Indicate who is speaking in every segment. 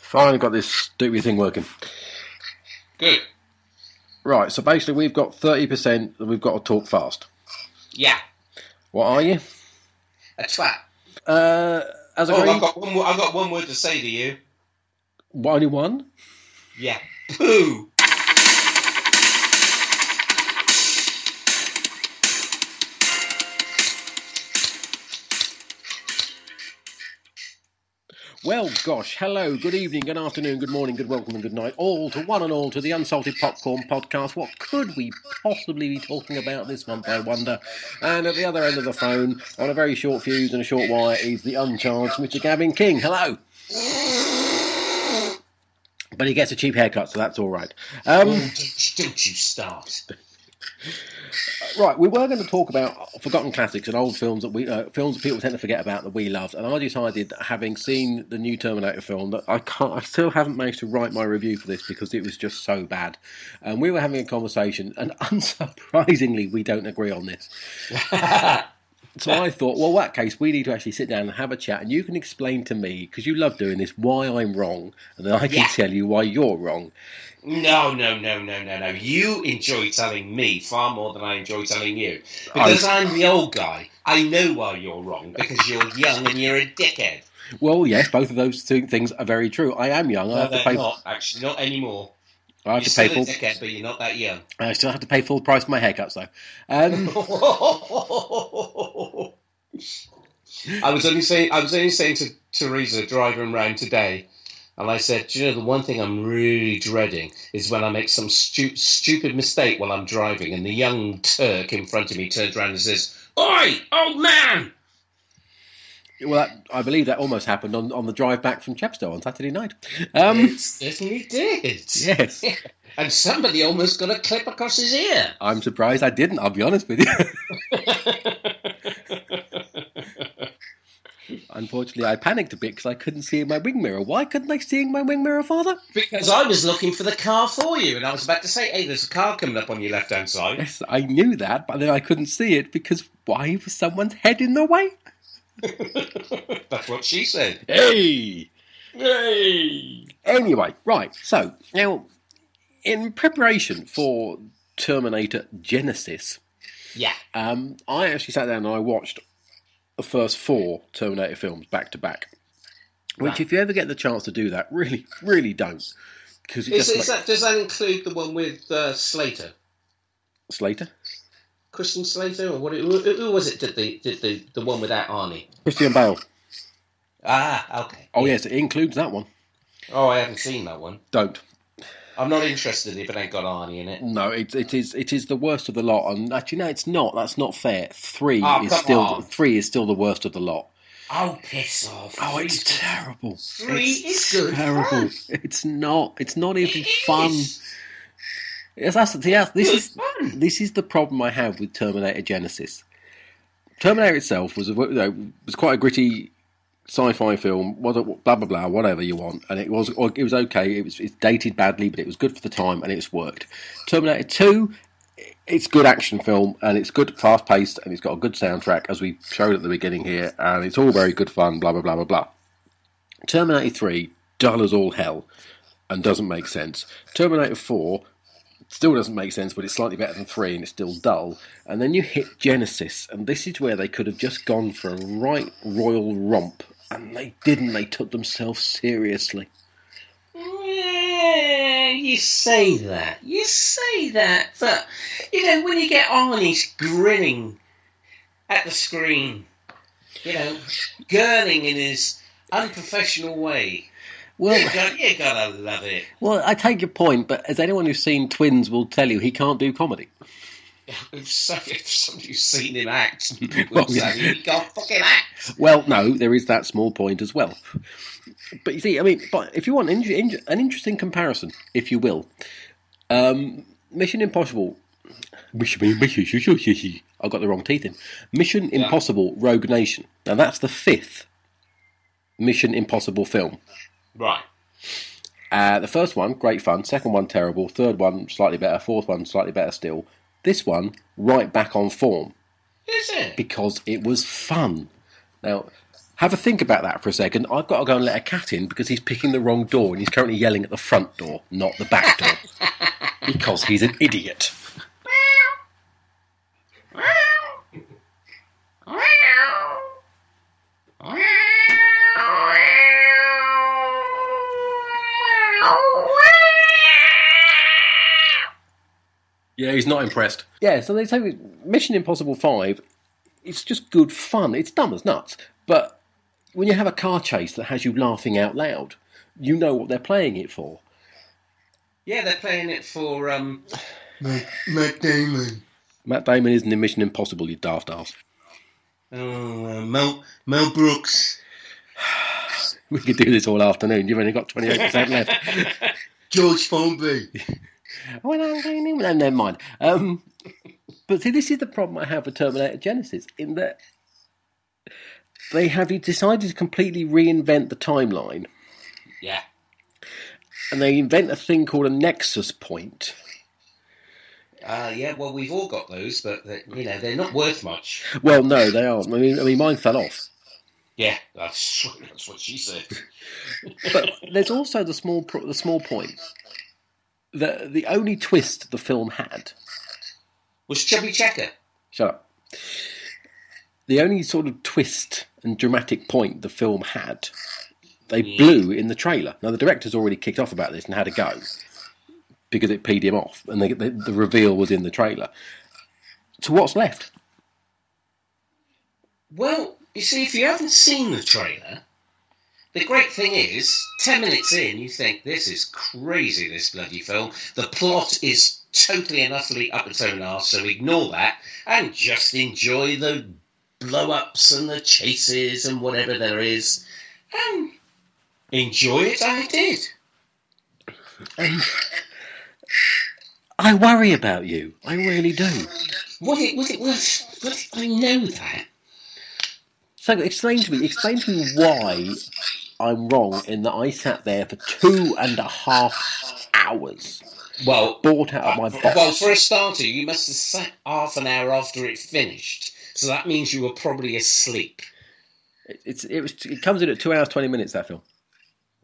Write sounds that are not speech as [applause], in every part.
Speaker 1: finally got this stupid thing working.
Speaker 2: Good.
Speaker 1: Right, so basically we've got 30% and we've got to talk fast.
Speaker 2: Yeah.
Speaker 1: What are you?
Speaker 2: A twat.
Speaker 1: Uh, as
Speaker 2: Oh,
Speaker 1: agreed,
Speaker 2: I've got one. wo- I've got one word to say to you.
Speaker 1: only one?
Speaker 2: Yeah. Poo.
Speaker 1: Well, gosh, hello, good evening, good afternoon, good morning, good welcome, and good night, all to one and all to the Unsalted Popcorn Podcast. What could we possibly be talking about this month, I wonder? And at the other end of the phone, on a very short fuse and a short wire, is the uncharged Mr. Gavin King. [laughs] Hello. But he gets a cheap haircut, so that's all right. Um,
Speaker 2: Oh, don't, don't you start. [laughs]
Speaker 1: Right, we were going to talk about forgotten classics and old films that we uh, films that people tend to forget about that we loved, and I decided, that having seen the new Terminator film, that I can't, I still haven't managed to write my review for this because it was just so bad. And we were having a conversation, and [laughs] unsurprisingly, we don't agree on this. So I thought, well, in that case, we need to actually sit down and have a chat, and you can explain to me because you love doing this why I'm wrong, and then I can
Speaker 2: Yeah.
Speaker 1: tell you why you're wrong.
Speaker 2: No, no, no, no, no, no. You enjoy telling me far more than I enjoy telling you. Because I'm the old guy. I know why you're wrong, because you're young and you're a dickhead.
Speaker 1: Well, yes, both of those two things are very true. I am young. I
Speaker 2: No,
Speaker 1: have to
Speaker 2: they're
Speaker 1: pay.
Speaker 2: not, actually, not anymore.
Speaker 1: I have
Speaker 2: You're
Speaker 1: to pay
Speaker 2: still
Speaker 1: full.
Speaker 2: a dickhead, but you're not that young.
Speaker 1: I still have to pay full price for my haircuts, though. [laughs] Um,
Speaker 2: I was only saying I was only saying to Teresa driving round today, and I said, Do you know the one thing I'm really dreading is when I make some stu- stupid mistake while I'm driving, and the young Turk in front of me turns around and says, "Oi, old man!"
Speaker 1: well, that, I believe that almost happened on, on the drive back from Chepstow on Saturday night. Um,
Speaker 2: It certainly did.
Speaker 1: [laughs] yes,
Speaker 2: And somebody almost got a clip across his ear.
Speaker 1: I'm surprised I didn't. I'll be honest with you. [laughs] Unfortunately, I panicked a bit because I couldn't see in my wing mirror. Why couldn't I see in my wing mirror, Father?
Speaker 2: Because I was looking for the car for you, and I was about to say, "Hey, there's a car coming up on your left-hand side." [laughs]
Speaker 1: Yes, I knew that, but then I couldn't see it because why was someone's head in the way?
Speaker 2: That's what she said.
Speaker 1: Hey.
Speaker 2: Yay!
Speaker 1: Anyway, right. So now, in preparation for Terminator Genesis,
Speaker 2: Yeah.
Speaker 1: Um, I actually sat down and I watched the first four Terminator films back to back. Which,
Speaker 2: Right.
Speaker 1: if you ever get the chance to do that, really, really don't, because it
Speaker 2: Is,
Speaker 1: just
Speaker 2: is
Speaker 1: makes
Speaker 2: that, does that include the one with uh, Slater?
Speaker 1: Slater,
Speaker 2: Christian Slater, or what? Who, who was it? Did the did the, the one without Arnie?
Speaker 1: Christian Bale.
Speaker 2: Ah, okay.
Speaker 1: Oh yes, it includes that one.
Speaker 2: Oh, I haven't seen that one.
Speaker 1: Don't.
Speaker 2: I'm not interested if it ain't got Arnie in it.
Speaker 1: No, it, it is it is the worst of the lot. And actually, no, it's not. That's not fair. Three
Speaker 2: Oh,
Speaker 1: is
Speaker 2: come
Speaker 1: still
Speaker 2: on.
Speaker 1: three is still the worst of the lot.
Speaker 2: Oh, piss off!
Speaker 1: Oh, it's
Speaker 2: Three-
Speaker 1: terrible.
Speaker 2: Three
Speaker 1: it's
Speaker 2: is good
Speaker 1: terrible.
Speaker 2: fun.
Speaker 1: It's not. It's not even
Speaker 2: It is.
Speaker 1: fun. Yes, that's, yes, this
Speaker 2: Good
Speaker 1: is
Speaker 2: fun.
Speaker 1: this is the problem I have with Terminator Genesis. Terminator itself was a, you know, was quite a gritty sci-fi film, what- blah blah blah, whatever you want, and it was it was okay. It was it's dated badly, but it was good for the time, and it's worked. Terminator Two, it's good action film, and it's good fast paced, and it's got a good soundtrack, as we showed at the beginning here, and it's all very good fun. Blah blah blah blah blah. Terminator Three, dull as all hell, and doesn't make sense. Terminator Four still doesn't make sense, but it's slightly better than three, and it's still dull. And then you hit Genesis, and this is where they could have just gone for a right royal romp, and they didn't. They took themselves seriously.
Speaker 2: Yeah, you say that. You say that, but you know when you get Arnie's grinning at the screen, you know, gurning in his unprofessional way. You
Speaker 1: Well, [laughs]
Speaker 2: gotta, you gotta love it.
Speaker 1: well, I take your point, but as anyone who's seen Twins will tell you, he can't do comedy.
Speaker 2: If, so, if somebody's seen him act, [laughs]
Speaker 1: Well,
Speaker 2: well, say,
Speaker 1: yeah.
Speaker 2: he can't fucking act.
Speaker 1: Well, no, there is that small point as well. But you see, I mean, but if you want in, in, an interesting comparison, if you will, um, Mission Impossible. Mission, Mission- I got the wrong teeth in. Mission
Speaker 2: Yeah.
Speaker 1: Impossible Rogue Nation. Now that's the fifth Mission Impossible film.
Speaker 2: Right.
Speaker 1: Uh, the first one, great fun. Second one, terrible. Third one, slightly better. Fourth one, slightly better still. This one, right back on form
Speaker 2: Is it?
Speaker 1: because it was fun. Now, Have a think about that for a second. I've got to go and let a cat in because he's picking the wrong door and he's currently yelling at the front door, not the back door, because he's an idiot. Yeah, he's not impressed. Yeah, so they say Mission Impossible 5, it's just good fun. It's dumb as nuts. But when you have a car chase that has you laughing out loud, you know what they're playing it for.
Speaker 2: Yeah, they're playing it for um,
Speaker 3: Matt, Matt Damon.
Speaker 1: Matt Damon isn't in Mission Impossible, you daft ass.
Speaker 2: oh, um,
Speaker 3: Mel, Mel Brooks.
Speaker 1: We could do this all afternoon. You've only got 28% left.
Speaker 3: George Formby.
Speaker 1: Well, I'm going in- no, never mind. Um, but see, this is the problem I have with Terminator Genesis in that they have decided to completely reinvent the timeline,
Speaker 2: yeah.
Speaker 1: and they invent a thing called a nexus point.
Speaker 2: Uh, yeah, well, we've all got those, but they- you know they're not worth much.
Speaker 1: Well, no, they aren't. I mean, I mean, mine fell off.
Speaker 2: Yeah, that's, that's what she said.
Speaker 1: But there's also the small pro- the small point that the only twist the film had.
Speaker 2: Was Chubby Checker?
Speaker 1: Shut up. The only sort of twist and dramatic point the film had, they
Speaker 2: Yeah.
Speaker 1: blew in the trailer. Now the director's already kicked off about this and had a go because it peed him off, and they, the, the reveal was in the trailer. So what's left?
Speaker 2: Well, you see, if you haven't seen the trailer, the great thing is, 10 minutes in, you think, this is crazy, this bloody film. The plot is totally and utterly up its own arse, so ignore that and just enjoy the blow ups and the chases and whatever there is. And enjoy it, I did.
Speaker 1: I worry about you. I really do.
Speaker 2: Was it, was it worth, was it, I know that.
Speaker 1: So explain to me, explain to me why I'm wrong in that I sat there for two and a half hours,
Speaker 2: Well,
Speaker 1: bought out of my box.
Speaker 2: Well, for a starter, you must have sat half an hour after it finished, so that means you were probably asleep.
Speaker 1: It- it's it was it comes in at two hours twenty minutes. That film.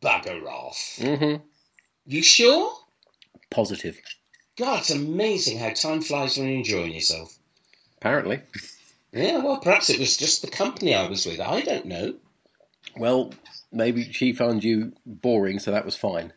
Speaker 2: Bugger off.
Speaker 1: Mm-hmm.
Speaker 2: You sure?
Speaker 1: Positive.
Speaker 2: God, it's amazing how time flies when you're enjoying yourself.
Speaker 1: Apparently.
Speaker 2: Yeah, well, perhaps it was just the company I was with. I don't know.
Speaker 1: Well, maybe she found you boring, so that was fine.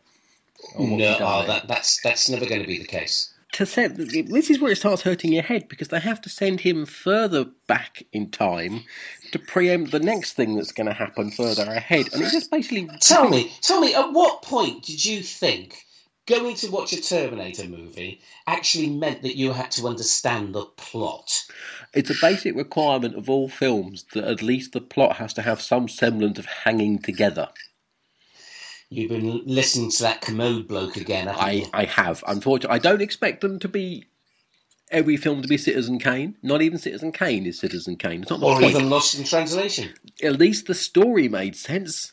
Speaker 1: Oh, what
Speaker 2: no,
Speaker 1: you done
Speaker 2: oh,
Speaker 1: there.
Speaker 2: that, that's that's never going to be the case.
Speaker 1: To send, this is where it starts hurting your head because they have to send him further back in time to preempt the next thing that's going to happen further ahead, and it just basically
Speaker 2: Tell me, tell me, at what point did you think going to watch a Terminator movie actually meant that you had to understand the plot?
Speaker 1: It's a basic requirement of all films that at least the plot has to have some semblance of hanging together.
Speaker 2: You've been listening to that commode bloke again. haven't
Speaker 1: I,
Speaker 2: you?
Speaker 1: I have. Unfortunately, I don't expect them to be every film to be Citizen Kane. Not even Citizen Kane is Citizen Kane. It's not the
Speaker 2: or
Speaker 1: point.
Speaker 2: even lost in translation.
Speaker 1: At least the story made sense.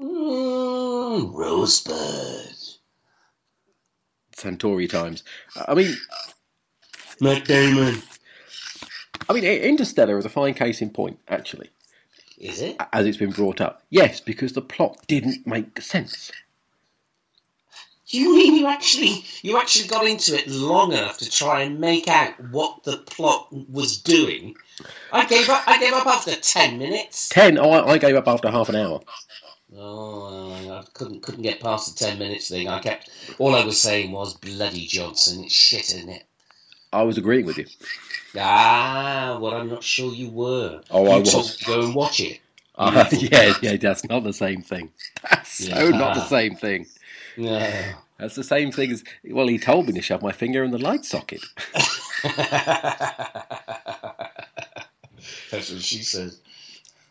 Speaker 2: Mm, Rosebud.
Speaker 1: Santori times. I mean,
Speaker 3: Matt Damon.
Speaker 1: I mean, Interstellar is a fine case in point, actually,
Speaker 2: Is it?
Speaker 1: as it's been brought up. Yes, because the plot didn't make sense.
Speaker 2: You mean you actually you actually got into it long enough to try and make out what the plot was doing? I gave up. I gave up after ten minutes.
Speaker 1: Ten. Oh, I, I gave up after half an hour.
Speaker 2: Oh, I couldn't couldn't get past the ten minutes thing. I kept all I was saying was bloody Johnson. It's shit, isn't it?
Speaker 1: I was agreeing
Speaker 2: [laughs]
Speaker 1: with you.
Speaker 2: Ah, well, I'm not sure you were.
Speaker 1: Oh,
Speaker 2: you
Speaker 1: I was.
Speaker 2: told me to Go and watch it. Oh.
Speaker 1: Uh, [laughs] yeah, yeah, that's not the same thing. [laughs] That's so
Speaker 2: Yeah.
Speaker 1: not the same thing.
Speaker 2: No.
Speaker 1: That's the same thing as well. He told me to shove my finger in the light socket.
Speaker 2: That's what she says.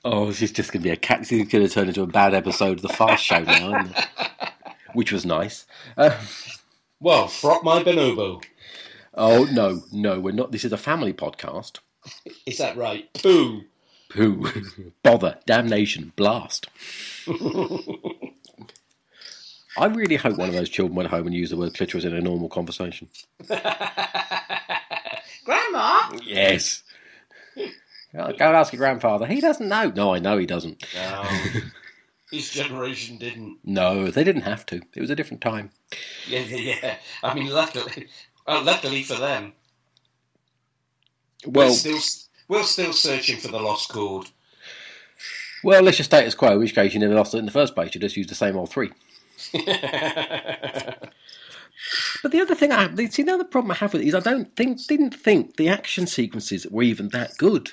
Speaker 1: Oh, this is just going to be a cat. This is going to turn into a bad episode of the Fast Show now, isn't it? [laughs] which was nice. Uh,
Speaker 2: Well, frock my bonobo.
Speaker 1: oh no, no, we're not. This is a family podcast.
Speaker 2: Is that right? Poo.
Speaker 1: [laughs] Pooh, bother, damnation, blast. I really hope one of those children went home and used the word clitoris in a normal conversation.
Speaker 2: Grandma.
Speaker 1: Yes. Go go and ask your grandfather. He doesn't know. No, I know he doesn't.
Speaker 2: [laughs] No. His generation didn't.
Speaker 1: No, they didn't have to. It was a different time.
Speaker 2: Yeah, yeah, yeah. I mean, luckily, well, luckily for them,
Speaker 1: Well,
Speaker 2: we're still, we're still searching for the lost chord.
Speaker 1: well, let's just status quo. In which case, you never lost it in the first place. You just used the same old three.
Speaker 2: yeah,
Speaker 1: But the other thing I have, see, the other problem I have with it is I don't think, didn't think the action sequences were even that good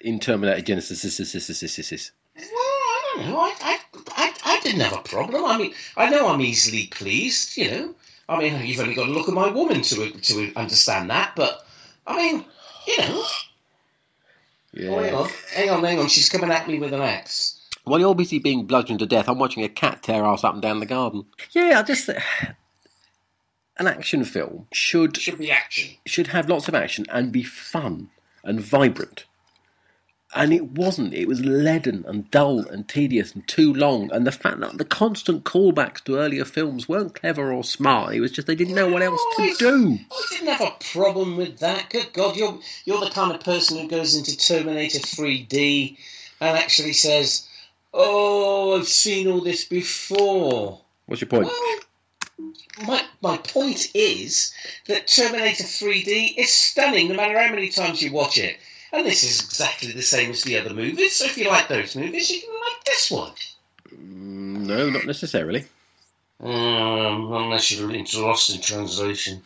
Speaker 1: in Terminator Genesis. this- this- this- this- this- this- this.
Speaker 2: Well, I don't know. I, I, I, I didn't have a problem. I mean, I know I'm easily pleased, you know. I mean, you've only got to look at my woman to to understand that. But I mean, you know, Oh, hang
Speaker 1: Yeah.
Speaker 2: on, hang on, hang on. She's coming at me with an axe.
Speaker 1: While you're busy being bludgeoned to death, I'm watching a cat tear ass up and down the garden. Yeah, I just [sighs] an action film should
Speaker 2: Should be action.
Speaker 1: should have lots of action and be fun and vibrant. And it wasn't. It was leaden and dull and tedious and too long. And the fact that the constant callbacks to earlier films weren't clever or smart. It was just they didn't know what else to do.
Speaker 2: I didn't have a problem with that. Good God, you're you're the kind of person who goes into Terminator 3D and actually says, "Oh, I've seen all this before."
Speaker 1: What's your point?
Speaker 2: Well, my my point is that Terminator 3D is stunning, no matter how many times you watch it. And this is exactly the same as the other movies. So if you like those movies, you can like this one.
Speaker 1: Mm, no, not necessarily.
Speaker 2: Um, unless you're into Lost in Translation.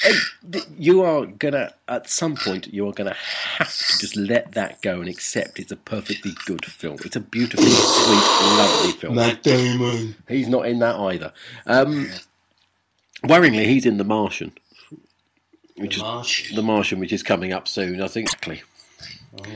Speaker 1: Hey, th- you are gonna at some point you are gonna have to just let that go and accept it's a perfectly good film. It's a beautiful, sweet, lovely film.
Speaker 3: Matt Damon.
Speaker 1: He's not in that either. Um, worryingly, he's in The Martian,
Speaker 2: The
Speaker 1: which is
Speaker 2: Martian.
Speaker 1: The Martian, which is coming up soon. I think. Exactly.
Speaker 2: Oh.